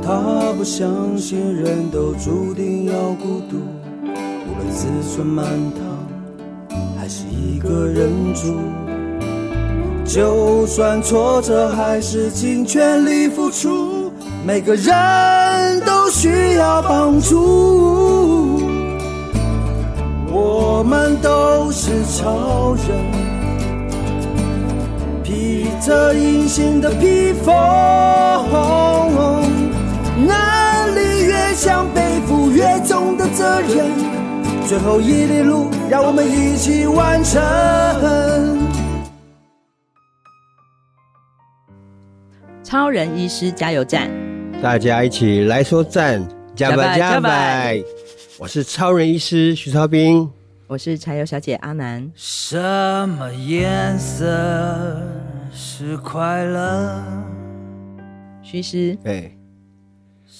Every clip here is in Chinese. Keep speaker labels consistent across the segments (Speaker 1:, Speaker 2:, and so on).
Speaker 1: 他不相信人都注定要孤独，无论自尊满堂，还是一个人住。就算挫折，还是尽全力付出。每个人都需要帮助，我们都是超人。披着隐形的披风，能力越强，背负越重的责任。最后一里路，让我们一起完成。
Speaker 2: 超人医师加油站，
Speaker 3: 大家一起来说赞，加
Speaker 2: 加
Speaker 3: 白
Speaker 2: 白
Speaker 3: 加
Speaker 2: 加白
Speaker 3: 白！我是超人医师徐超斌，
Speaker 2: 我是柴油小姐阿南。
Speaker 1: 什么颜色是快乐？
Speaker 2: 徐医师
Speaker 3: 哎，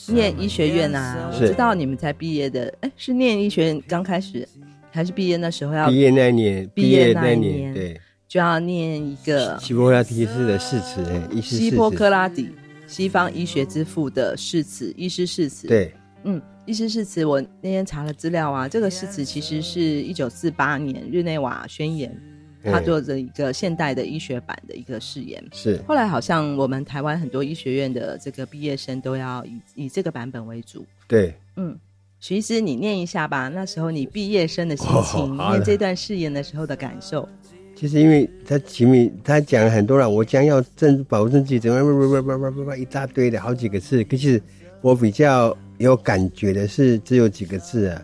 Speaker 2: 念医学院啊，我
Speaker 3: 是
Speaker 2: 知道你们才毕业的，哎，是念医学院刚开始，还是毕业那时候要
Speaker 3: 毕业那一年，
Speaker 2: 毕
Speaker 3: 毕
Speaker 2: 业
Speaker 3: 业
Speaker 2: 那
Speaker 3: 那
Speaker 2: 一
Speaker 3: 一
Speaker 2: 年
Speaker 3: 年，对，
Speaker 2: 就要念一个
Speaker 3: 希波拉提斯的誓词，哎，医师
Speaker 2: 希
Speaker 3: 誓
Speaker 2: 波
Speaker 3: 词，
Speaker 2: 克拉底西方医学之父的誓词，医师誓词。，
Speaker 3: 对，
Speaker 2: 嗯，医师誓词，我那天查了资料啊，这个誓词其实是一九四八年日内瓦宣言，它
Speaker 3: 嗯
Speaker 2: 做的一个现代的医学版的一个誓言。
Speaker 3: 是
Speaker 2: 后来好像我们台湾很多医学院的这个毕业生都要以以这个版本为主。
Speaker 3: 对，
Speaker 2: 嗯，徐医师，你念一下吧。那时候你毕业生的心情，
Speaker 3: 哦好的
Speaker 2: 念这段誓言的时候的感受。
Speaker 3: 其实因为他前面他讲了很多了，我将要证保证自己怎么样，叭叭叭叭叭叭一大堆的好几个字。可是我比较有感觉的是只有几个字啊，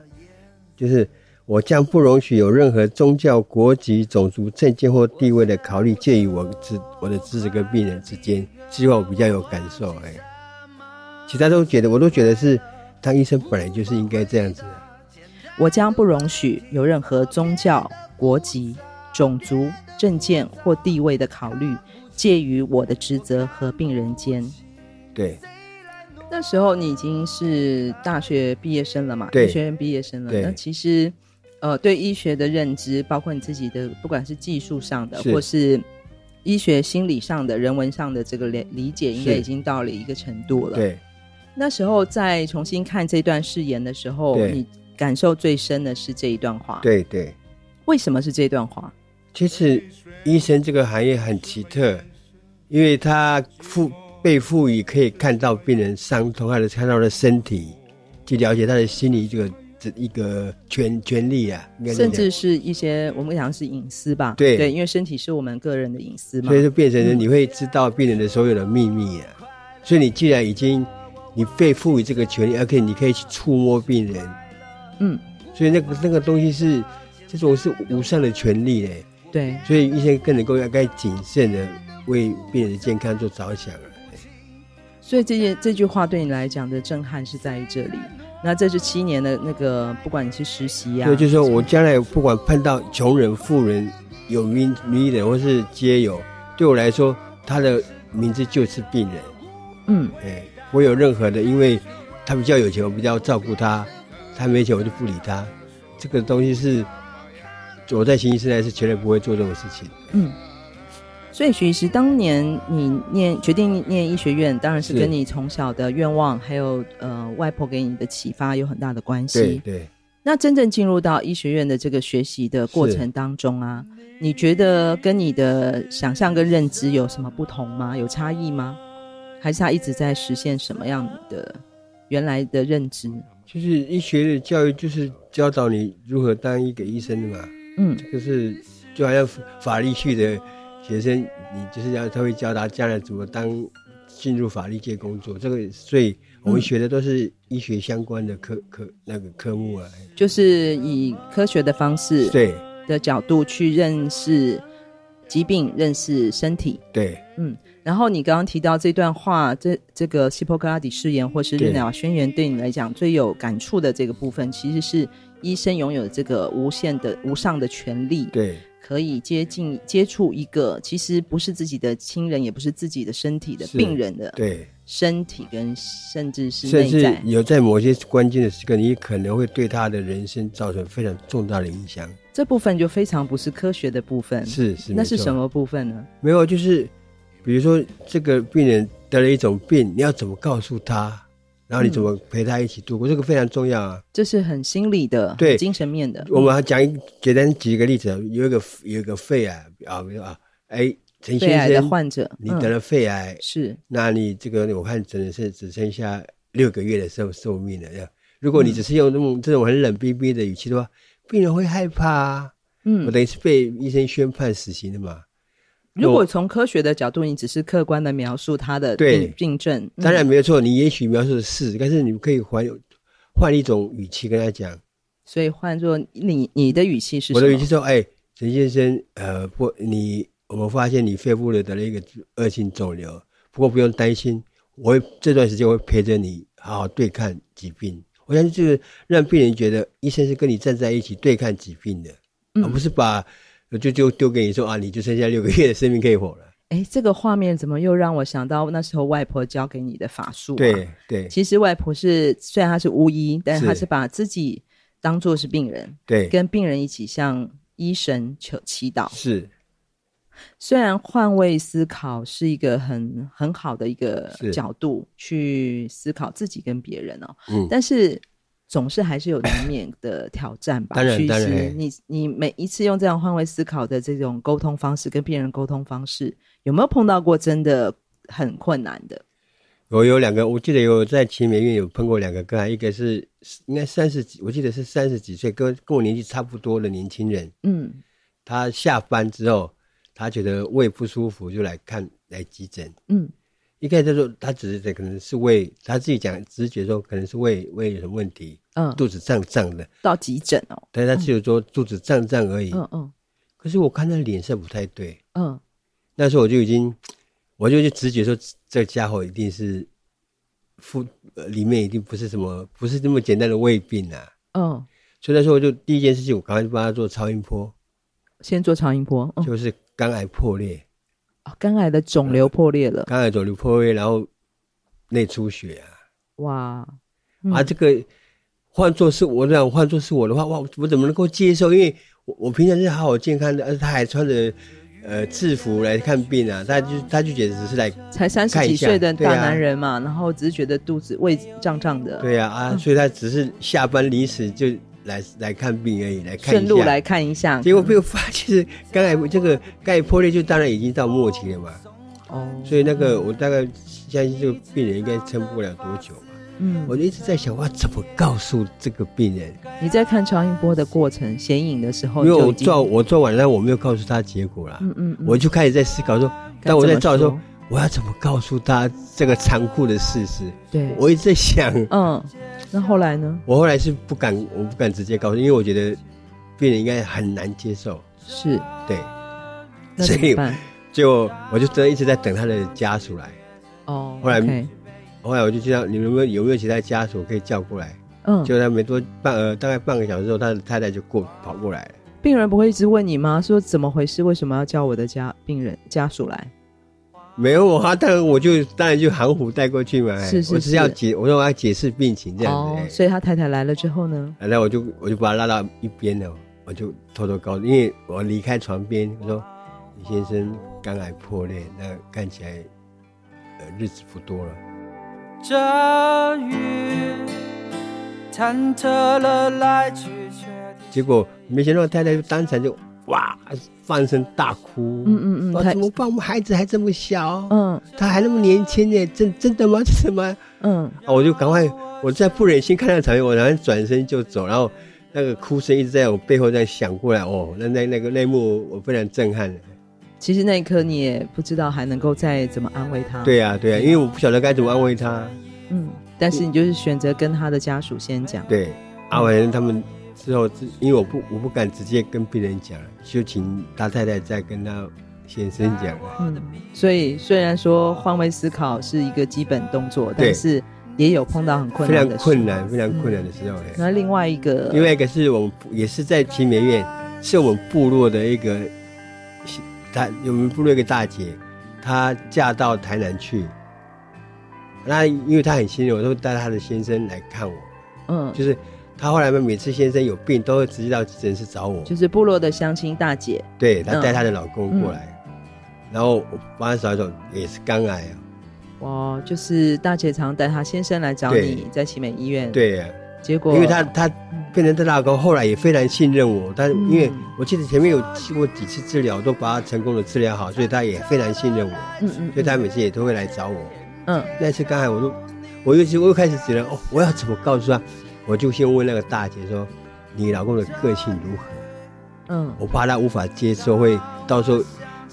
Speaker 3: 就是我将不容许有任何宗教、国籍、种族、政见或地位的考虑介于我之我的知识跟病人之间。希望我比较有感受哎、其他都觉得我都觉得是当医生本来就是应该这样子的、
Speaker 2: 我将不容许有任何宗教、国籍、种族、政见或地位的考虑介于我的职责和病人间。
Speaker 3: 对
Speaker 2: 那时候你已经是大学毕业生了嘛？
Speaker 3: 对
Speaker 2: 医学院毕业生了。
Speaker 3: 对
Speaker 2: 那其实，呃，对医学的认知，包括你自己的，不管是技术上的，
Speaker 3: 是
Speaker 2: 或是医学心理上的、人文上的这个理理解，应该
Speaker 3: 是
Speaker 2: 已经到了一个程度了。，
Speaker 3: 对，
Speaker 2: 那时候在重新看这段誓言的时候，
Speaker 3: 对
Speaker 2: 你感受最深的是这一段话。，
Speaker 3: 对对。
Speaker 2: 为什么是这段话？
Speaker 3: 其实医生这个行业很奇特，因为他赋被赋予可以看到病人伤痛，还有看到他的身体，去了解他的心理这个这一个权权利啊，应该是这
Speaker 2: 甚
Speaker 3: 样
Speaker 2: 至是一些我们讲是隐私吧？
Speaker 3: 对
Speaker 2: 对，因为身体是我们个人的隐私嘛
Speaker 3: 所。以就变成了你会知道病人的所有的秘密啊。所以你既然已经你被赋予这个权利，而且你可以去触摸病人，
Speaker 2: 嗯，
Speaker 3: 所以那个那个东西是这种是无上的权利嘞、
Speaker 2: 对。
Speaker 3: 所以医生更能够要该谨慎的为病人的健康做着想啊了。
Speaker 2: 所以这些这句话对你来讲的震撼是在于这里。那这是七年的那个，不管你是实习呀、
Speaker 3: 对，就是说我将来不管碰到穷人、富人、有名名人或是街友，对我来说，他的名字就是病人。
Speaker 2: 嗯，
Speaker 3: 哎，我有任何的，因为他比较有钱，我比较照顾他；他没钱，我就不理他。这个东西是我在行医时代是绝对不会做这种事情。
Speaker 2: 所以徐医师，当年你念决定念医学院，当然是
Speaker 3: 是
Speaker 2: 跟你从小的愿望，还有呃外婆给你的启发有很大的关
Speaker 3: 对
Speaker 2: 系。
Speaker 3: 对，
Speaker 2: 那真正进入到医学院的这个学习的过程当中啊，你觉得跟你的想象跟认知有什么不同吗？有差异吗？还是他一直在实现什么样的原来的认知？
Speaker 3: 就是医学的教育就是教导你如何当一个医生的嘛。
Speaker 2: 嗯，
Speaker 3: 就是就好像法律系的学生，你就是要他会教他将来怎么当进入法律界工作。这个，所以我们学的都是医学相关的科科那个科目啊。
Speaker 2: 就是以科学的方式
Speaker 3: 对
Speaker 2: 的角度去认识疾病、认识身体。
Speaker 3: 对
Speaker 2: 然后你刚刚提到这段话，这这个希波克拉底誓言或是日内瓦宣言，对你来讲最有感触的这个部分，其实是医生拥有这个无限的、无上的权利，
Speaker 3: 对
Speaker 2: 可以接近、接触一个其实不是自己的亲人，也不是自己的身体的
Speaker 3: 是
Speaker 2: 病人的
Speaker 3: 对，
Speaker 2: 身体，跟甚至是
Speaker 3: 甚
Speaker 2: 内
Speaker 3: 至
Speaker 2: 在。
Speaker 3: 有在某些关键的时刻，你可能会对他的人生造成非常重大的影响。
Speaker 2: 这部分就非常不是科学的部分，
Speaker 3: 是是，
Speaker 2: 那是
Speaker 3: 没错
Speaker 2: 什？么部分呢？
Speaker 3: 没有，就是比如说这个病人得了一种病，你要怎么告诉他？然后你怎么陪他一起度过，这个非常重要啊。
Speaker 2: 这是很心理的，
Speaker 3: 对
Speaker 2: 精神面的，
Speaker 3: 我们还讲一简单举一个例子，有一个有一个肺癌啊，比如说啊，哎，陈
Speaker 2: 肺
Speaker 3: 先
Speaker 2: 癌的
Speaker 3: 生，
Speaker 2: 患者，
Speaker 3: 你
Speaker 2: 嗯
Speaker 3: 得了肺癌，
Speaker 2: 是
Speaker 3: 那你这个我看真的是只剩下六个月的寿寿命了。要如
Speaker 2: 嗯
Speaker 3: 果你只是用这种这种很冷冰冰的语气的话，病人会害怕啊。我
Speaker 2: 嗯。
Speaker 3: 等于是被医生宣判死刑的嘛。
Speaker 2: 如果从科学的角度，你只是客观的描述他的
Speaker 3: 对
Speaker 2: 病病症，嗯
Speaker 3: 当然没有错，你也许描述的是，但是你可以换换一种语气跟他讲。
Speaker 2: 所以换作你你的语气是
Speaker 3: 我
Speaker 2: 什
Speaker 3: 的
Speaker 2: 么
Speaker 3: 语气说：“哎，陈先生，呃，不，你我们发现你肺部的得了一个恶性肿瘤，不过不用担心，我会这段时间我会陪着你好好对抗疾病。我相信这个让病人觉得医生是跟你站在一起对抗疾病的，
Speaker 2: 嗯
Speaker 3: 而不是把就就丢给你说啊，你就剩下六个月的生命可以活了。
Speaker 2: 哎，这个画面怎么又让我想到那时候外婆教给你的法术、啊？
Speaker 3: 对，对
Speaker 2: 其实外婆是虽然她是巫医，但是她
Speaker 3: 是
Speaker 2: 是把自己当做是病人，
Speaker 3: 对，
Speaker 2: 跟病人一起向医神求祈祷。
Speaker 3: 是
Speaker 2: 虽然换位思考是一个很很好的一个
Speaker 3: 是
Speaker 2: 角度去思考自己跟别人哦，
Speaker 3: 嗯
Speaker 2: 但是总是还是有难免的挑战吧。
Speaker 3: 当然
Speaker 2: 其实
Speaker 3: 当然嘿
Speaker 2: 你你每一次用这样换位思考的这种沟通方式跟病人沟通方式，有没有碰到过真的很困难的？
Speaker 3: 我有两个，我记得有在奇美院有碰过两个个案，一个是应该三十几，我记得是三十几岁，跟跟我年纪差不多的年轻人。
Speaker 2: 嗯，
Speaker 3: 他下班之后，他觉得胃不舒服，就来看来急诊。
Speaker 2: 嗯，
Speaker 3: 一开始他说他只是可能是胃，他自己讲直觉说可能是胃胃有什么问题，
Speaker 2: 嗯
Speaker 3: 肚子胀胀的，
Speaker 2: 到急诊哦，
Speaker 3: 但是他只有说肚子胀胀而已。
Speaker 2: 嗯嗯
Speaker 3: 可是我看他脸色不太对，
Speaker 2: 嗯，
Speaker 3: 那时候我就已经，我就就直觉说这家伙一定是腹呃里面一定不是什么不是那么简单的胃病啊。
Speaker 2: 嗯，
Speaker 3: 所以那时候我就第一件事情，我赶快就帮他做超音波，
Speaker 2: 先做超音波，嗯，
Speaker 3: 就是肝癌破裂。
Speaker 2: 啊肝癌的肿瘤破裂了，
Speaker 3: 肝癌肿瘤破裂，然后内出血啊，
Speaker 2: 哇，嗯
Speaker 3: 啊，这个换做是我想换做是我的话，哇，我怎么能够接受？因为我我平常是好好健康的，而且他还穿着呃制服来看病啊，他就他就觉得只是来
Speaker 2: 才三十
Speaker 3: 看
Speaker 2: 几
Speaker 3: 一下
Speaker 2: 岁的
Speaker 3: 对啊
Speaker 2: 大男人嘛，然后只是觉得肚子胃胀胀的，
Speaker 3: 对啊啊，所以他只是下班临时就来来看病而已，来看一
Speaker 2: 顺路来
Speaker 3: 下。
Speaker 2: 看一下，
Speaker 3: 结果被我发现，肝癌这个肝癌破裂就当然已经到末期了嘛，
Speaker 2: 哦，
Speaker 3: 所以那个我大概相信这个病人应该撑不了多久嘛。
Speaker 2: 嗯，
Speaker 3: 我就一直在想，我要怎么告诉这个病人？
Speaker 2: 你在看超音波的过程显影的时候
Speaker 3: 因为
Speaker 2: 哦就
Speaker 3: 我
Speaker 2: 已经，
Speaker 3: 做我做完了，我没有告诉他结果啦，
Speaker 2: 嗯嗯，嗯
Speaker 3: 我就开始在思考说，
Speaker 2: 该
Speaker 3: 当我
Speaker 2: 怎
Speaker 3: 在
Speaker 2: 么
Speaker 3: 照的时候
Speaker 2: 说，
Speaker 3: 我要怎么告诉他这个残酷的事实？
Speaker 2: 对，
Speaker 3: 我一直在想，
Speaker 2: 嗯，那后来呢？
Speaker 3: 我后来是不敢，我不敢直接告诉，因为我觉得病人应该很难接受，
Speaker 2: 是
Speaker 3: 对，
Speaker 2: 那怎
Speaker 3: 所以
Speaker 2: 么办？
Speaker 3: 就我就真的一直在等他的家属来。
Speaker 2: 哦，
Speaker 3: 后来
Speaker 2: OK，
Speaker 3: 后来我就知道你们有没有有没有其他家属可以叫过来？
Speaker 2: 嗯，
Speaker 3: 结果他没多半呃大概半个小时之后，他的太太就过跑过来了。
Speaker 2: 病人不会一直问你吗？说怎么回事？为什么要叫我的家病人家属来？
Speaker 3: 没有啊，当然我就当然就含糊带过去嘛。哎
Speaker 2: 是是
Speaker 3: 我只是要
Speaker 2: 是
Speaker 3: 解，我说我要解释病情这样子。哎
Speaker 2: 哦所以他太太来了之后呢？
Speaker 3: 然后我就我就把他拉到一边了，我就偷偷告诉，因为我离开床边，我说李先生肝癌破裂，那看起来呃日子不多了。
Speaker 1: 这雨忐忑了来去，却
Speaker 3: 结果没想到太太就当场就哇放声大哭，
Speaker 2: 嗯嗯嗯
Speaker 3: 哇
Speaker 2: 太
Speaker 3: 怎么办？我们孩子还这么小，
Speaker 2: 嗯
Speaker 3: 他还那么年轻呢，真真的吗？ 真的吗？
Speaker 2: 嗯，
Speaker 3: 啊，我就赶快，我在不忍心看到场面，我赶快转身就走，然后那个哭声一直在我背后这样响过来，哦，那那那个那一幕我非常震撼。
Speaker 2: 其实那一刻你也不知道还能够再怎么安慰他。，
Speaker 3: 对呀、对呀、啊因为我不晓得该怎么安慰他。
Speaker 2: 嗯，但是你就是选择跟他的家属先讲。
Speaker 3: 对，阿文他们之后自，因为我不我不敢直接跟病人讲，就请他太太再跟他先生讲。
Speaker 2: 嗯，所以虽然说换位思考是一个基本动作，但是也有碰到很困
Speaker 3: 非
Speaker 2: 难
Speaker 3: 常
Speaker 2: 的事
Speaker 3: 困。难，非常困难的时候。哎
Speaker 2: 那另外一个，
Speaker 3: 另外一个是我们也是在奇美院，是我们部落的一个大，我们部落一个大姐，她嫁到台南去。那因为她很辛苦，我都带她的先生来看我。
Speaker 2: 嗯，
Speaker 3: 就是她后来每次先生有病，都会直接到急诊室找我。
Speaker 2: 就是部落的相亲大姐，
Speaker 3: 对她
Speaker 2: 嗯
Speaker 3: 带她的老公过来，然后我帮她找一找，也是肝癌啊。
Speaker 2: 哦，就是大姐常带她先生来找
Speaker 3: 对
Speaker 2: 你，在奇美医院，，
Speaker 3: 对啊呀、
Speaker 2: 结果
Speaker 3: 因为他他变成他老公，后来也非常信任我。他因为我记得前面有经过几次治疗，都把他成功的治疗好，所以他也非常信任我，
Speaker 2: 嗯嗯
Speaker 3: 所以他每次也都会来找我。
Speaker 2: 嗯
Speaker 3: 那次刚才我都，我又是我又开始觉得哦，我要怎么告诉他？我就先问那个大姐说，你老公的个性如何？
Speaker 2: 嗯，
Speaker 3: 我怕他无法接受，会到时候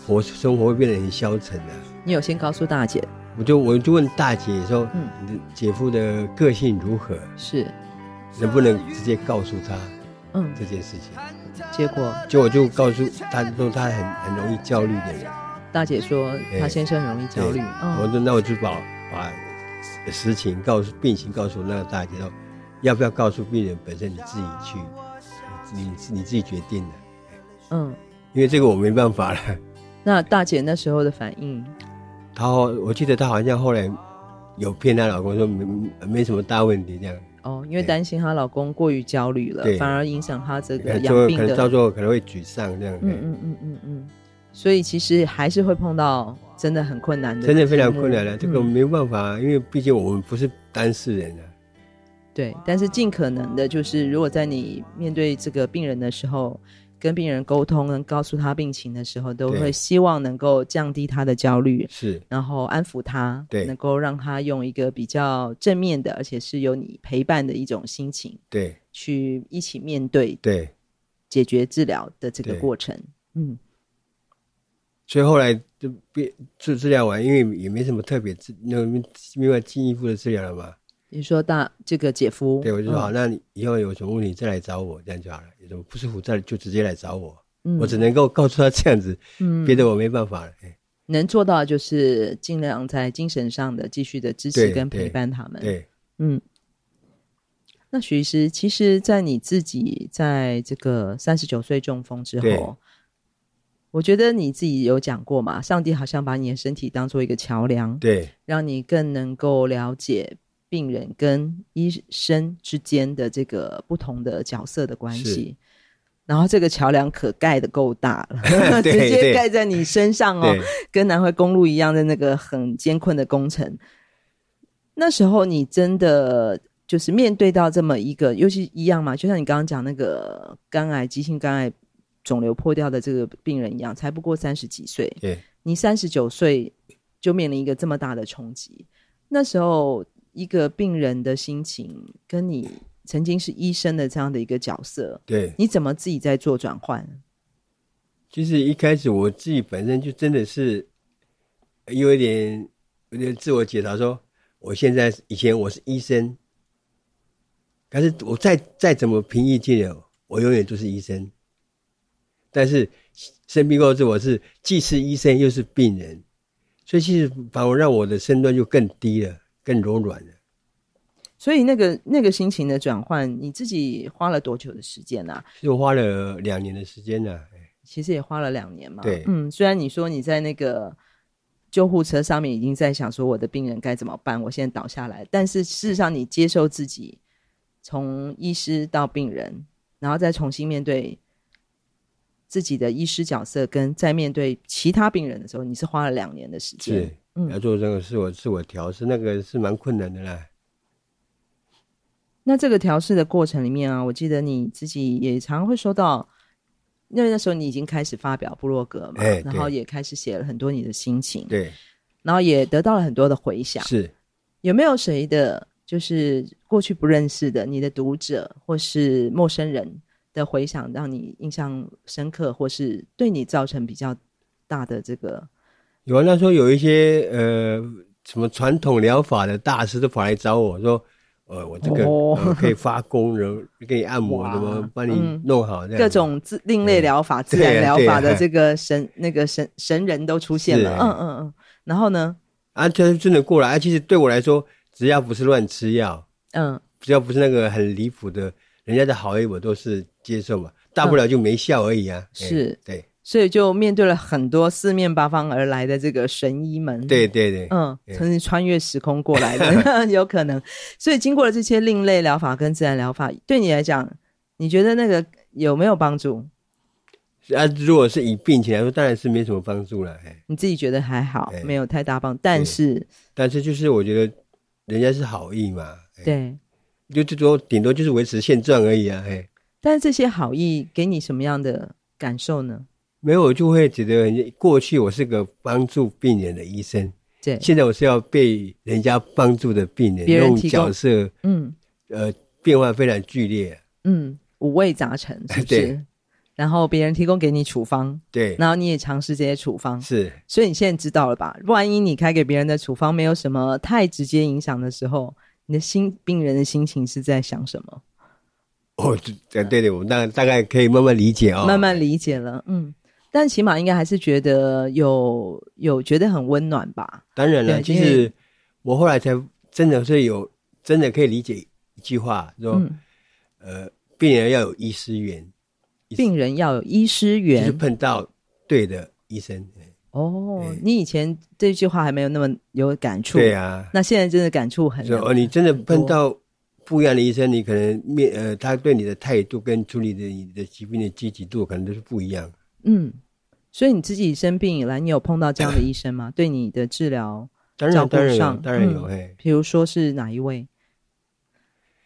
Speaker 3: 活生活会变得很消沉的、
Speaker 2: 你有先告诉大姐
Speaker 3: 我就我就问大姐说，
Speaker 2: 嗯
Speaker 3: 你的姐夫的个性如何？
Speaker 2: 是，
Speaker 3: 能不能直接告诉他
Speaker 2: 嗯，
Speaker 3: 这件事情？
Speaker 2: 结果
Speaker 3: 就我就告诉他说他很很容易焦虑的人，
Speaker 2: 大姐说
Speaker 3: 哎
Speaker 2: 她先生容易焦虑，
Speaker 3: 对我
Speaker 2: 嗯
Speaker 3: 说那我就把把实情告诉病情告诉那个大姐说，要不要告诉病人本身你自己去，你你你自己决定的，
Speaker 2: 嗯，
Speaker 3: 因为这个我没办法了。
Speaker 2: 那大姐那时候的反应，
Speaker 3: 她后我记得她好像后来有骗她老公说没没什么大问题这样，
Speaker 2: 哦，因为
Speaker 3: 对
Speaker 2: 担心她老公过于焦虑了
Speaker 3: 对，
Speaker 2: 反而影响她这个
Speaker 3: 呃
Speaker 2: 养
Speaker 3: 就
Speaker 2: 病
Speaker 3: 可能到
Speaker 2: 的，
Speaker 3: 最后可能会沮丧这样。
Speaker 2: 嗯嗯嗯嗯嗯，所以其实还是会碰到真的很困难的题
Speaker 3: 真
Speaker 2: 目，
Speaker 3: 的非常困难了，这个
Speaker 2: 嗯
Speaker 3: 没办法，因为毕竟我们不是当事人啊。
Speaker 2: 对，但是尽可能的，就是如果在你面对这个病人的时候，跟病人沟通，能告诉他病情的时候，都
Speaker 3: 对
Speaker 2: 会希望能够降低他的焦虑，
Speaker 3: 是，
Speaker 2: 然后安抚他，
Speaker 3: 对
Speaker 2: 能够让他用一个比较正面的，而且是有你陪伴的一种心情，
Speaker 3: 对
Speaker 2: 去一起面对
Speaker 3: 对。
Speaker 2: 解决治疗的这个
Speaker 3: 对
Speaker 2: 过程。嗯，
Speaker 3: 所以后来就变治治疗完，因为也没什么特别治，那另外进一步的治疗了嘛。
Speaker 2: 你说大这个姐夫，
Speaker 3: 对，我就说
Speaker 2: 嗯
Speaker 3: 好，，那你以后有什么问题再来找我，这样就好了。有什么不舒服再就直接来找我，
Speaker 2: 嗯
Speaker 3: 我只能够告诉他这样子，
Speaker 2: 嗯
Speaker 3: 别的我没办法了。哎
Speaker 2: 能做到的就是尽量在精神上的继续的支持
Speaker 3: 对
Speaker 2: 跟陪
Speaker 3: 对
Speaker 2: 伴他们。
Speaker 3: 对，
Speaker 2: 嗯，那许医师，其实，在你自己在这个三十九岁中风之
Speaker 3: 对
Speaker 2: 后，我觉得你自己有讲过嘛，上帝好像把你的身体当做一个桥梁，
Speaker 3: 对，
Speaker 2: 让你更能够了解病人跟医生之间的这个不同的角色的关系。然后这个桥梁可盖的够大了，直
Speaker 3: 对
Speaker 2: 接
Speaker 3: 对
Speaker 2: 盖在你身上哦
Speaker 3: 对，
Speaker 2: 跟南回公路一样的那个很艰困的工程。那时候你真的就是面对到这么一个，尤其一样嘛，就像你刚刚讲那个肝癌、急性肝癌肿瘤破掉的这个病人一样，才不过三十几岁，
Speaker 3: 对，
Speaker 2: 你三十九岁就面临一个这么大的冲击，那时候一个病人的心情，跟你曾经是医生的这样的一个角色，
Speaker 3: 对。
Speaker 2: 你怎么自己在做转换？
Speaker 3: 其实一开始我自己本身就真的是有一点有点自我解嘲说我现在以前我是医生，但是我再再怎么平易近人，我永远都是医生。但是生病过后，我是既是医生又是病人，所以其实反而让我的身段就更低了，更柔软了。
Speaker 2: 所以那个那个心情的转换，你自己花了多久的时间啊？
Speaker 3: 就花了两年的时间呢、哎
Speaker 2: 其实也花了两年嘛。
Speaker 3: 对
Speaker 2: 嗯，虽然你说你在那个救护车上面已经在想说我的病人该怎么办，我现在倒下来，但是事实上你接受自己从医师到病人，然后再重新面对自己的医师角色，跟在面对其他病人的时候，你是花了两年的时间
Speaker 3: 是。嗯要做这个是我自我调试，那个是蛮困难的啦。
Speaker 2: 那这个调试的过程里面啊，我记得你自己也常会收到，因为那时候你已经开始发表部落格嘛，
Speaker 3: 哎对
Speaker 2: 然后也开始写了很多你的心情，
Speaker 3: 对，
Speaker 2: 然后也得到了很多的回响。
Speaker 3: 是。
Speaker 2: 有没有谁的，就是过去不认识的你的读者或是陌生人的回响，让你印象深刻，或是对你造成比较大的这个？
Speaker 3: 有啊，那时候有一些呃什么传统疗法的大师都跑来找我说，呃，我这个、
Speaker 2: 哦
Speaker 3: 呃可以发功，然后给你按摩，
Speaker 2: 哇
Speaker 3: 怎么帮你
Speaker 2: 嗯
Speaker 3: 弄好这样子、
Speaker 2: 各种自另类疗法、自然疗法的这个神、那个神神人都出现了，
Speaker 3: 是
Speaker 2: 嗯嗯嗯。然后呢，
Speaker 3: 啊，他真的过来啊。其实对我来说，只要不是乱吃药，
Speaker 2: 嗯，
Speaker 3: 只要不是那个很离谱的，人家的好意我都是接受嘛，大不了就没效而已啊。哎
Speaker 2: 嗯是
Speaker 3: 对，
Speaker 2: 所以就面对了很多四面八方而来的这个神医们，
Speaker 3: 对对对，
Speaker 2: 嗯，
Speaker 3: 对
Speaker 2: 曾经穿越时空过来 的， 有可能。所以经过了这些另类疗法跟自然疗法，对你来讲，你觉得那个有没有帮助？
Speaker 3: 啊，如果是以病情来说，当然是没什么帮助了。哎，
Speaker 2: 你自己觉得还好，
Speaker 3: 哎
Speaker 2: 没有太大帮，但是
Speaker 3: 但是就是我觉得人家是好意嘛，哎，
Speaker 2: 对，
Speaker 3: 就最多顶多就是维持现状而已啊。哎，
Speaker 2: 但是这些好意给你什么样的感受呢？
Speaker 3: 没有我就会觉得很过去我是个帮助病人的医生，
Speaker 2: 对，
Speaker 3: 现在我是要被人家帮助的病人，
Speaker 2: 别人
Speaker 3: 那种
Speaker 2: 提供
Speaker 3: 角色
Speaker 2: 嗯
Speaker 3: 呃变化非常剧烈啊、
Speaker 2: 嗯，五味杂陈是不是
Speaker 3: 对？
Speaker 2: 然后别人提供给你处方，
Speaker 3: 对，
Speaker 2: 然后你也尝试这些处方，
Speaker 3: 是
Speaker 2: 所以你现在知道了吧？万一你开给别人的处方没有什么太直接影响的时候，你的心病人的心情是在想什么？
Speaker 3: 哦，对对对，我们大大概可以慢慢理解哦，
Speaker 2: 慢慢理解了，嗯。但起码应该还是觉得有有觉得很温暖吧？
Speaker 3: 当然了，
Speaker 2: 对
Speaker 3: 其
Speaker 2: 因为
Speaker 3: 实我后来才真的是有真的可以理解一句话，说、
Speaker 2: 嗯，
Speaker 3: 呃，病人要有医师缘，
Speaker 2: 病人要有医师
Speaker 3: 就是
Speaker 2: 缘
Speaker 3: 碰到对的医生。
Speaker 2: 哦
Speaker 3: 对。
Speaker 2: 你以前这句话还没有那么有感触，
Speaker 3: 对啊，
Speaker 2: 那现在真的感触很
Speaker 3: 说哦，你真的碰到不一样的医生，你可能面呃，他对你的态度跟处理的你的疾病的积极度，可能都是不一样。
Speaker 2: 嗯。所以你自己生病以来，你有碰到这样的医生吗？对你的治疗，
Speaker 3: 当
Speaker 2: 照
Speaker 3: 然，
Speaker 2: 顾
Speaker 3: 当然有，
Speaker 2: 上
Speaker 3: 当然有，
Speaker 2: 嗯
Speaker 3: 哎、
Speaker 2: 比如说是哪一位？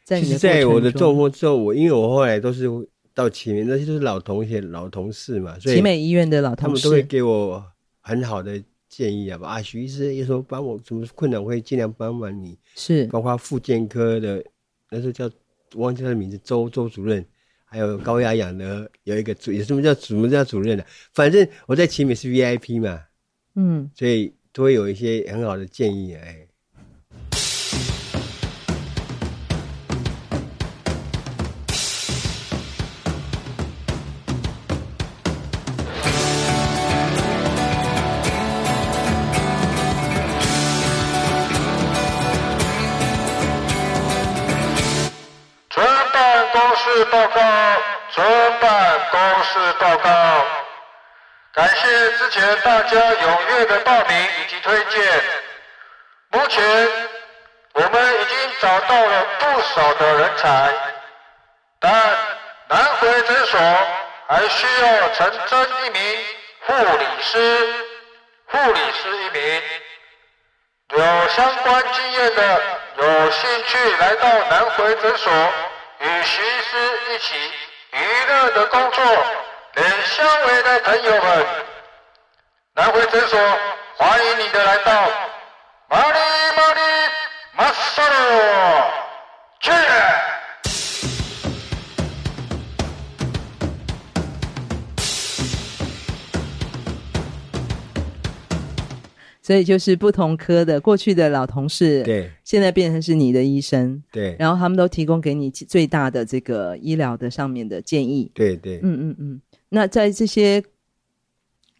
Speaker 2: 在
Speaker 3: 其
Speaker 2: 你
Speaker 3: 实，
Speaker 2: 的
Speaker 3: 在
Speaker 2: 过
Speaker 3: 我
Speaker 2: 程
Speaker 3: 的
Speaker 2: 中
Speaker 3: 中风之后，我因为我后来都是到奇美，那些都是老同学、老同事嘛，所以
Speaker 2: 奇美医院的老
Speaker 3: 他
Speaker 2: 同
Speaker 3: 们都会
Speaker 2: 事，
Speaker 3: 给我很好的建议啊。啊，徐医师也说帮我什么困难，我会尽量帮忙你。
Speaker 2: 是
Speaker 3: 包括复健科的，那时候叫忘记他的名字，周周主任，还有高压氧的有一个主，也是什么叫什么叫主任的、反正我在奇美是 VIP 嘛，
Speaker 2: 嗯，
Speaker 3: 所以都会有一些很好的建议、啊。哎，
Speaker 4: 全办公室报告，全办公室报告。感谢之前大家踊跃的报名以及推荐。目前我们已经找到了不少的人才，但南回诊所还需要陈真一名护理师，护理师一名。有相关经验的，有兴趣来到南回诊所，与徐医师一起娱乐的工作，领相为的朋友们，南回诊所欢迎你的来到，马里马里马萨罗，去！
Speaker 2: 所以就是不同科的过去的老同事，，
Speaker 3: 对
Speaker 2: 现在变成是你的医生，
Speaker 3: 对
Speaker 2: 然后他们都提供给你最大的这个医疗的上面的建议，
Speaker 3: 对对，
Speaker 2: 嗯嗯嗯。那在这些，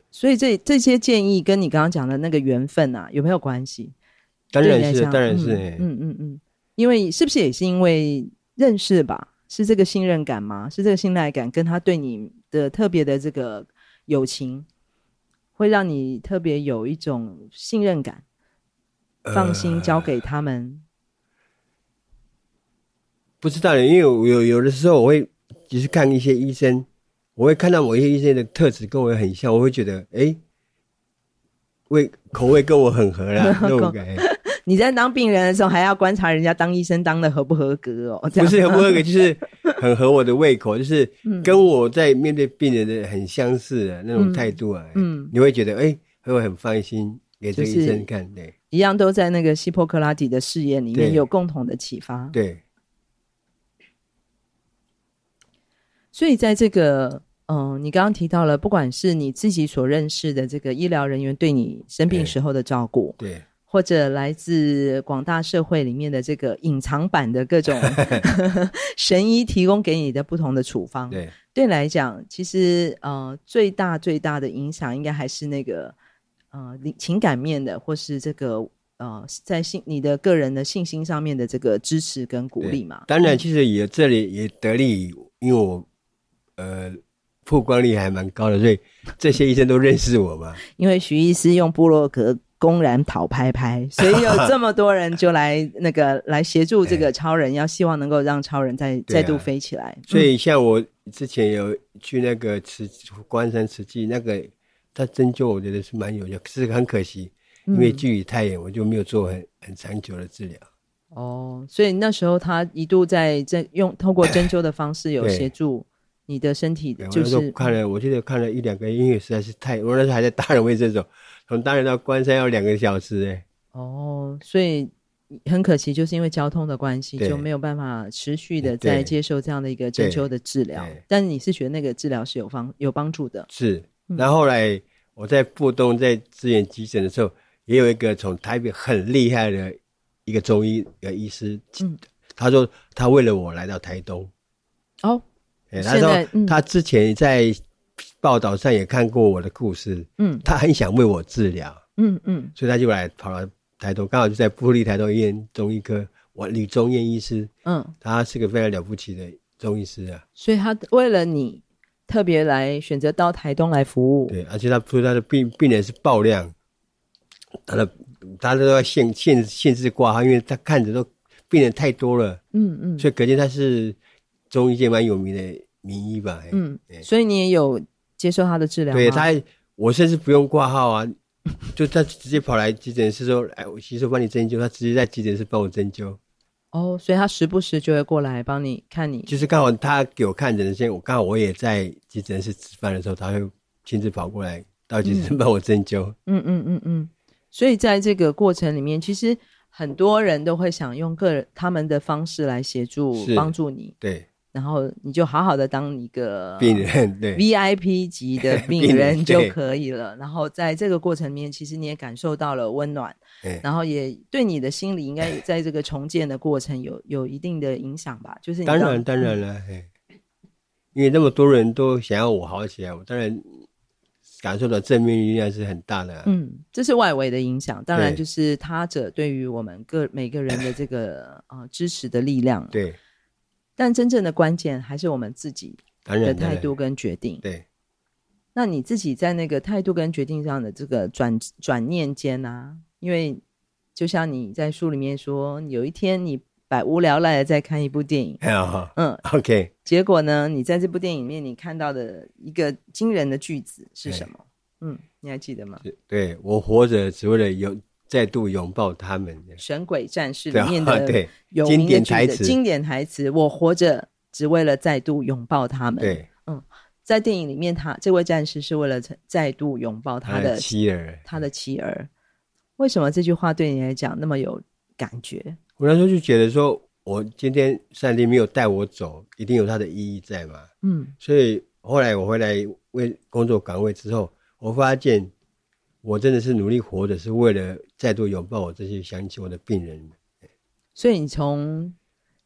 Speaker 2: 所以这这些建议跟你刚刚讲的那个缘分啊，有没有关系？
Speaker 3: 当
Speaker 2: 对
Speaker 3: 然
Speaker 2: 你来
Speaker 3: 是
Speaker 2: 讲
Speaker 3: 当然是，
Speaker 2: 嗯
Speaker 3: 哎
Speaker 2: 嗯嗯嗯，因为是不是也是因为认识吧？是这个信任感吗？是这个信赖感跟他对你的特别的这个友情，会让你特别有一种信任感，
Speaker 3: 呃哎
Speaker 2: 放心交给他们。
Speaker 3: 不知道的，因为我有有的时候我会就是看一些医生，我会看到某一些医生的特质跟我很像，我会觉得哎，味口味跟我很 合啦，那种感觉。
Speaker 2: 你在当病人的时候，还要观察人家当医生当的合不合格哦。这
Speaker 3: 不
Speaker 2: 样嗯
Speaker 3: 是合不合格，就是很合我的 胃口，就是跟我在面对病人的很相似的那种态度啊。
Speaker 2: 嗯嗯
Speaker 3: 你会觉得哎，会、会很放心给这个
Speaker 2: 就是
Speaker 3: 医生看，对
Speaker 2: 一样都在那个希波克拉底的誓言里面
Speaker 3: 对
Speaker 2: 有共同的启发。
Speaker 3: 对，
Speaker 2: 所以在这个，嗯、你刚刚提到了，不管是你自己所认识的这个医疗人员对你生病时候的照顾，
Speaker 3: 对
Speaker 2: 或者来自广大社会里面的这个隐藏版的各 种 神医提供给你的不同的处方，
Speaker 3: 对
Speaker 2: 对你来讲，其实呃，最大最大的影响应该还是那个呃你情感面的，或是这个呃在信你的个人的信心上面的这个支持跟鼓
Speaker 3: 对
Speaker 2: 励嘛。
Speaker 3: 当然，其实也这里也得力于，因为我呃曝光率还蛮高的，所以这些医生都认识我嘛。
Speaker 2: 因为徐医师用部落格公然讨拍拍，所以有这么多人就来那个来协助这个超人，要希望能够让超人再、
Speaker 3: 哎对啊
Speaker 2: 再度飞起来。嗯
Speaker 3: 所以像我之前有去那个慈关山慈济那个，他针灸我觉得是蛮有效，可是很可惜，
Speaker 2: 嗯
Speaker 3: 因为距离太远，我就没有做很很长久的治疗。
Speaker 2: 哦，所以那时候他一度在针用透过针灸的方式有
Speaker 3: 对
Speaker 2: 协助你的身体
Speaker 3: 对，我
Speaker 2: 就
Speaker 3: 那时候
Speaker 2: 是
Speaker 3: 看了，我记得看了一两个月，因为实在是太，我那时候还在大人卫生所，从大人到关山要两个小时哎、
Speaker 2: 哦，所以很可惜，就是因为交通的关系，
Speaker 3: 对
Speaker 2: 就没有办法持续的
Speaker 3: 嗯
Speaker 2: 在
Speaker 3: 对
Speaker 2: 接受这样的一个针灸的治疗
Speaker 3: 对对。
Speaker 2: 但你是觉得那个治疗是有帮有帮助的
Speaker 3: 是。
Speaker 2: 嗯
Speaker 3: 然后后来我在布东在支援急诊的时候，也有一个从台北很厉害的一个中医的医师，
Speaker 2: 嗯
Speaker 3: 他说他为了我来到台东，
Speaker 2: 哦，
Speaker 3: 哎，
Speaker 2: 现
Speaker 3: 他
Speaker 2: 在嗯
Speaker 3: 说他之前在报道上也看过我的故事，
Speaker 2: 嗯
Speaker 3: 他很想为我治疗，
Speaker 2: 嗯嗯，
Speaker 3: 所以他就来跑到台东，刚好就在布利台东医院中医科，我吕宗彦医师，
Speaker 2: 嗯，
Speaker 3: 他是个非常了不起的中医师啊，
Speaker 2: 所以他为了你特别来选择到台东来服务，
Speaker 3: 对，而且他说他的病病人是爆量，他的他都要限限限制挂号，因为他看着都病人太多了，
Speaker 2: 嗯嗯
Speaker 3: 所以可见他是中医界蛮有名的名医吧，哎
Speaker 2: 嗯啊
Speaker 3: 对，
Speaker 2: 所以你也有接受他的治疗吗？
Speaker 3: 对他，我甚至不用挂 号啊，就他直接跑来急诊室说：“哎，我媳妇帮你针灸。”他直接在急诊室帮我针灸，
Speaker 2: 哦，所以他时不时就会过来帮你看你，
Speaker 3: 就是刚好他给我看诊的时间，我刚好我也在急诊室值班的时候，他会亲自跑过来到急诊室帮我针灸。
Speaker 2: 嗯嗯嗯嗯，所以在这个过程里面，其实很多人都会想用个人他们的方式来协助
Speaker 3: 是
Speaker 2: 帮助你，
Speaker 3: 对，
Speaker 2: 然后你就好好的当一个
Speaker 3: 病人对
Speaker 2: VIP 级的 病
Speaker 3: 病
Speaker 2: 人
Speaker 3: 人
Speaker 2: 就
Speaker 3: 对
Speaker 2: 可以了。然后在这个过程里面，其实你也感受到了温暖，
Speaker 3: 哎
Speaker 2: 然后也对你的心理应该也在这个重建的过程有有一定的影响吧？就是你
Speaker 3: 当然
Speaker 2: 让
Speaker 3: 当然了，哎，因为那么多人都想要我好起来，我当然感受到正面力量是很大的啊、
Speaker 2: 嗯，这是外围的影响，当然
Speaker 3: 对
Speaker 2: 就是他者对于我们个每个人的这个呃支持的力量。，
Speaker 3: 对，
Speaker 2: 但真正的关键还是我们自己
Speaker 3: 当
Speaker 2: 的
Speaker 3: 然
Speaker 2: 态，度
Speaker 3: 当然
Speaker 2: 跟决定。
Speaker 3: 对，
Speaker 2: 那你自己在那个态度跟决定上的这个转转念间啊，因为就像你在书里面说，有一天你百无聊赖的在看一部电影，
Speaker 3: 还好
Speaker 2: 嗯，
Speaker 3: 哎 ，OK，
Speaker 2: 结果呢，你在这部电影里面你看到的一个惊人的句子
Speaker 3: 哎
Speaker 2: 是什么？嗯，你还记得吗？
Speaker 3: 对我活着只为了有再度拥抱他们。
Speaker 2: 《神鬼战士》
Speaker 3: 对
Speaker 2: 里面
Speaker 3: 啊
Speaker 2: 的
Speaker 3: 对
Speaker 2: 有
Speaker 3: 经
Speaker 2: 名的
Speaker 3: 典
Speaker 2: 句
Speaker 3: 台
Speaker 2: 子
Speaker 3: 词
Speaker 2: 经典台词，我活着只为了再度拥抱他们。，
Speaker 3: 对，
Speaker 2: 在电影里面他，这位战士是为了再再度拥抱他
Speaker 3: 他
Speaker 2: 的
Speaker 3: 的妻儿，
Speaker 2: 他的妻儿。为什么这句话对你来讲那么有感觉？
Speaker 3: 我那时候就觉得说，我今天上帝没有带我走，一定有他的意义在嘛。
Speaker 2: 嗯
Speaker 3: 所以后来我回来为工作岗位之后，我发现我真的是努力活着，是为了再度拥抱我这些想起我的病人们。
Speaker 2: 所以你从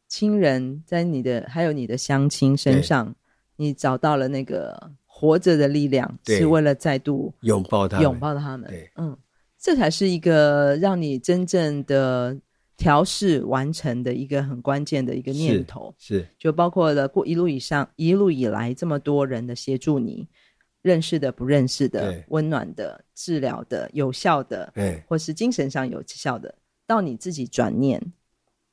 Speaker 2: 亲人在你的还有你的乡亲身上，你找到了那个活着的力量，
Speaker 3: 对
Speaker 2: 是为了再度
Speaker 3: 拥抱他们，
Speaker 2: 拥抱他们。
Speaker 3: 对
Speaker 2: 嗯，这才是一个让你真正的调试完成的一个很关键的一个念头，
Speaker 3: 是
Speaker 2: 就包括了过一路以上一路以来这么多人的协助你，认识的、不认识的
Speaker 3: 对、
Speaker 2: 温暖的、治疗的、有效的，
Speaker 3: 哎，
Speaker 2: 或是精神上有效的，到你自己转念。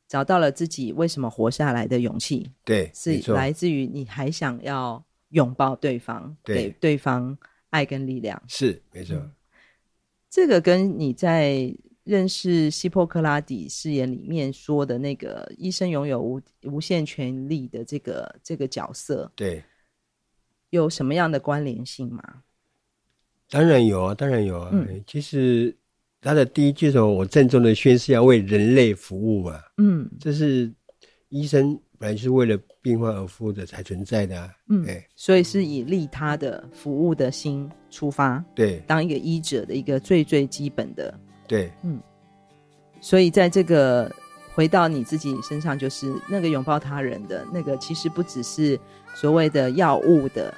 Speaker 2: 找到了自己为什么活下来的勇气，
Speaker 3: 对，
Speaker 2: 是
Speaker 3: 没错
Speaker 2: 来自于你还想要拥抱对方，
Speaker 3: 对
Speaker 2: 给对方爱跟力量。
Speaker 3: 是没错，
Speaker 2: 嗯这个跟你在认识希波克拉底誓言里面说的那个医生拥有无无限权利的这个这个角色
Speaker 3: 对，
Speaker 2: 有什么样的关联性吗？
Speaker 3: 当然有啊，当然有啊。
Speaker 2: 嗯
Speaker 3: 哎其实他的第一句说，我郑重的宣誓要为人类服务嘛，
Speaker 2: 嗯
Speaker 3: 这是医生本来就是为了病患而服务的才存在的、啊。
Speaker 2: 嗯
Speaker 3: 哎，
Speaker 2: 所以是以利他的服务的心出发，
Speaker 3: 对
Speaker 2: 当一个医者的一个最最基本的。
Speaker 3: 对
Speaker 2: 所以在这个回到你自己身上，就是那个拥抱他人的那个，其实不只是所谓的药物的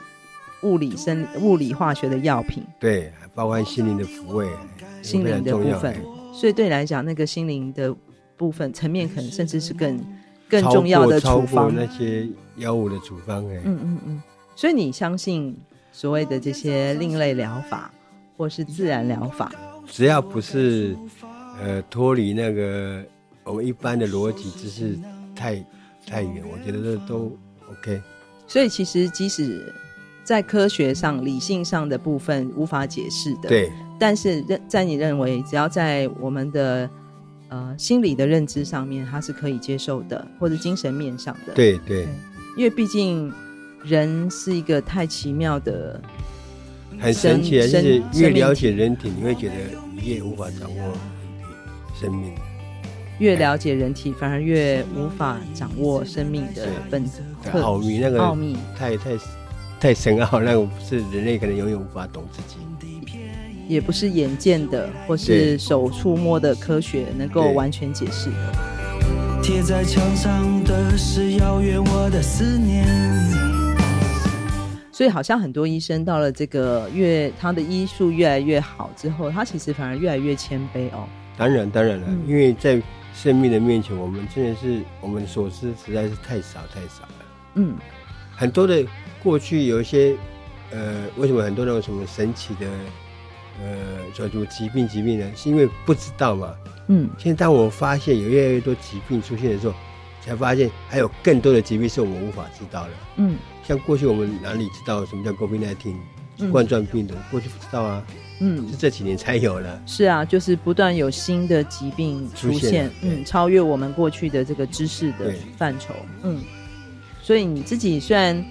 Speaker 2: 物理生物理化学的药品。
Speaker 3: 对，包含心灵的抚慰，哎
Speaker 2: 心灵的部
Speaker 3: 非常重要
Speaker 2: 分
Speaker 3: 哎。
Speaker 2: 所以对你来讲，那个心灵的部分层面，可能甚至是更更
Speaker 3: 超
Speaker 2: 重要
Speaker 3: 过
Speaker 2: 的
Speaker 3: 超
Speaker 2: 处
Speaker 3: 过
Speaker 2: 方。
Speaker 3: 那些药物的处方哎、
Speaker 2: 嗯嗯嗯。所以你相信所谓的这些另类疗法，或是自然疗法？
Speaker 3: 只要不是呃脱离那个我们一般的逻辑知识太太远，我觉得这都 OK。
Speaker 2: 所以其实即使在科学上、理性上的部分无法解释的，，
Speaker 3: 对，
Speaker 2: 但是认在你认为，只要在我们的呃心理的认知上面，它是可以接受的，或者精神面上的，，
Speaker 3: 对对，
Speaker 2: 因为毕竟人是一个太奇妙的，
Speaker 3: 很神奇，而
Speaker 2: 生
Speaker 3: 且
Speaker 2: 生
Speaker 3: 越了解人体，你会觉得你越无法掌握生命。
Speaker 2: 越了解人体，反而越无法掌握生命的本特
Speaker 3: 奥秘那个
Speaker 2: 奥秘。
Speaker 3: 太太太深奥， 那个是人类可能永远无法懂自己。
Speaker 2: 也不是眼见的或是
Speaker 3: 对
Speaker 2: 手触摸的科学能够
Speaker 3: 对
Speaker 2: 完全解释的。
Speaker 1: 贴在墙上的是遥远我的思念。
Speaker 2: 所以好像很多医生到了这个越他的医术越来越好之后，他其实反而越来越谦卑哦。
Speaker 3: 当然，当然了，
Speaker 2: 嗯
Speaker 3: 因为在生命的面前，我们真的是我们所知实在是太少太少了。
Speaker 2: 嗯，
Speaker 3: 很多的过去有一些，呃，为什么很多那种什么神奇的，呃，叫做疾病疾病呢？是因为不知道嘛。
Speaker 2: 嗯，
Speaker 3: 现在当我发现有越来越多疾病出现的时候，才发现还有更多的疾病是我们无法知道的。
Speaker 2: 嗯，
Speaker 3: 像过去我们哪里知道什么叫 COVID-19
Speaker 2: 嗯
Speaker 3: 冠状病毒？过去不知道啊，
Speaker 2: 嗯
Speaker 3: 是，这几年才有了。
Speaker 2: 是啊，就是不断有新的疾病出
Speaker 3: 出
Speaker 2: 现
Speaker 3: 现，
Speaker 2: 嗯，超越我们过去的这个知识的
Speaker 3: 对
Speaker 2: 范畴，嗯。所以你自己虽然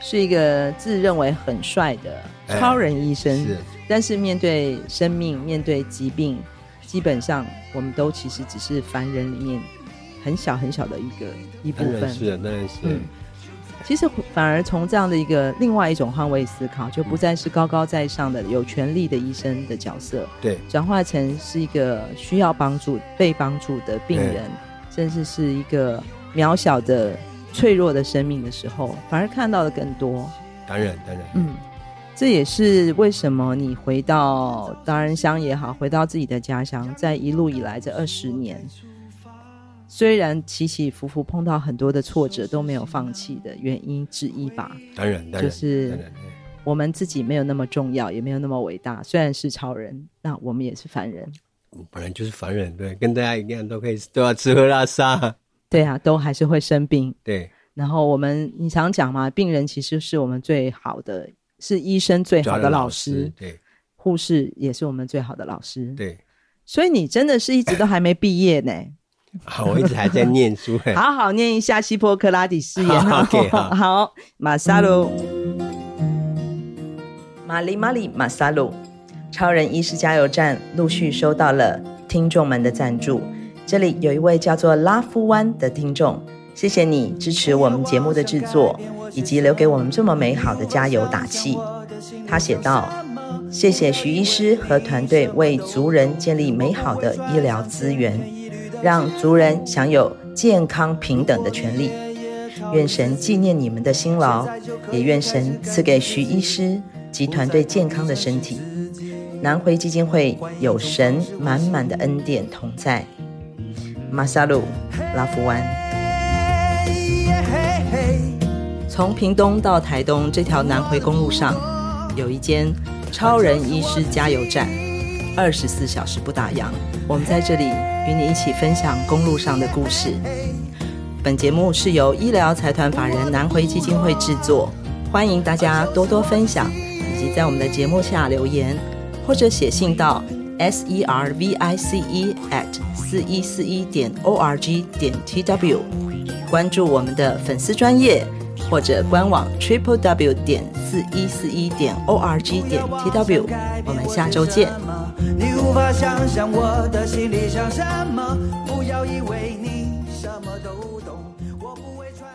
Speaker 2: 是一个自认为很帅的
Speaker 3: 哎
Speaker 2: 超人医生，
Speaker 3: 是
Speaker 2: 但是面对生命、面对疾病，基本上我们都其实只是凡人里面很小很小的一个一部
Speaker 3: 当然
Speaker 2: 分。
Speaker 3: 是啊，当然是啊。
Speaker 2: 嗯其实反而从这样的一个另外一种换位思考，就不再是高高在上的有权力的医生的角色，
Speaker 3: 对，
Speaker 2: 转化成是一个需要帮助、被帮助的病人，甚至是一个渺小的、脆弱的生命的时候，反而看到的更多。
Speaker 3: 当然当然。
Speaker 2: 嗯，这也是为什么你回到达人乡也好，回到自己的家乡，在一路以来这二十年，虽然起起伏伏，碰到很多的挫折，都没有放弃的原因之一吧。
Speaker 3: 当然，当然，
Speaker 2: 就是
Speaker 3: 当然，哎
Speaker 2: 我们自己没有那么重要，也没有那么伟大，虽然是超人，那我们也是凡人。
Speaker 3: 嗯本来就是凡人，对，跟大家一样都可以都要吃喝拉撒，
Speaker 2: 对啊，都还是会生病。
Speaker 3: 对，
Speaker 2: 然后我们，你常讲嘛，病人其实是我们最好的，是医生最哎好的老师，
Speaker 3: 对
Speaker 2: 护士也是我们最好的老师。
Speaker 3: 对。
Speaker 2: 所以你真的是一直都还没毕业呢。
Speaker 3: 好，啊我一直还在念书，嘿
Speaker 2: 好好念一下希波克拉底誓言。
Speaker 3: 好，OK，好
Speaker 2: 好，马萨鲁，马里马里马萨鲁，超人医师加油站陆续收到了听众们的赞助。这里有一位叫做拉夫湾的听众，谢谢你支持我们节目的制作，以及留给我们这么美好的加油打气。他写道：“谢谢徐医师和团队为族人建立美好的医疗资源，让族人享有健康平等的权利。愿神纪念你们的辛劳，也愿神赐给徐医师及团队健康的身体。南回基金会有神满满的恩典同在。马萨鲁拉夫湾。从屏东到台东这条南回公路上，有一间超人医师加油站，二十四小时不打烊。我们在这里与你一起分享公路上的故事。本节目是由医疗财团法人南回基金会制作，欢迎大家多多分享，以及在我们的节目下留言，或者写信到 s e r v i c e at 四一四一点 o r g 点 t w，关注我们的粉丝专业或者官网 triple w 点四一四一点 o r g 点 t w，我们下周见。
Speaker 1: 你无法想象我的心里想什么，不要以为你什么都懂，我不会穿。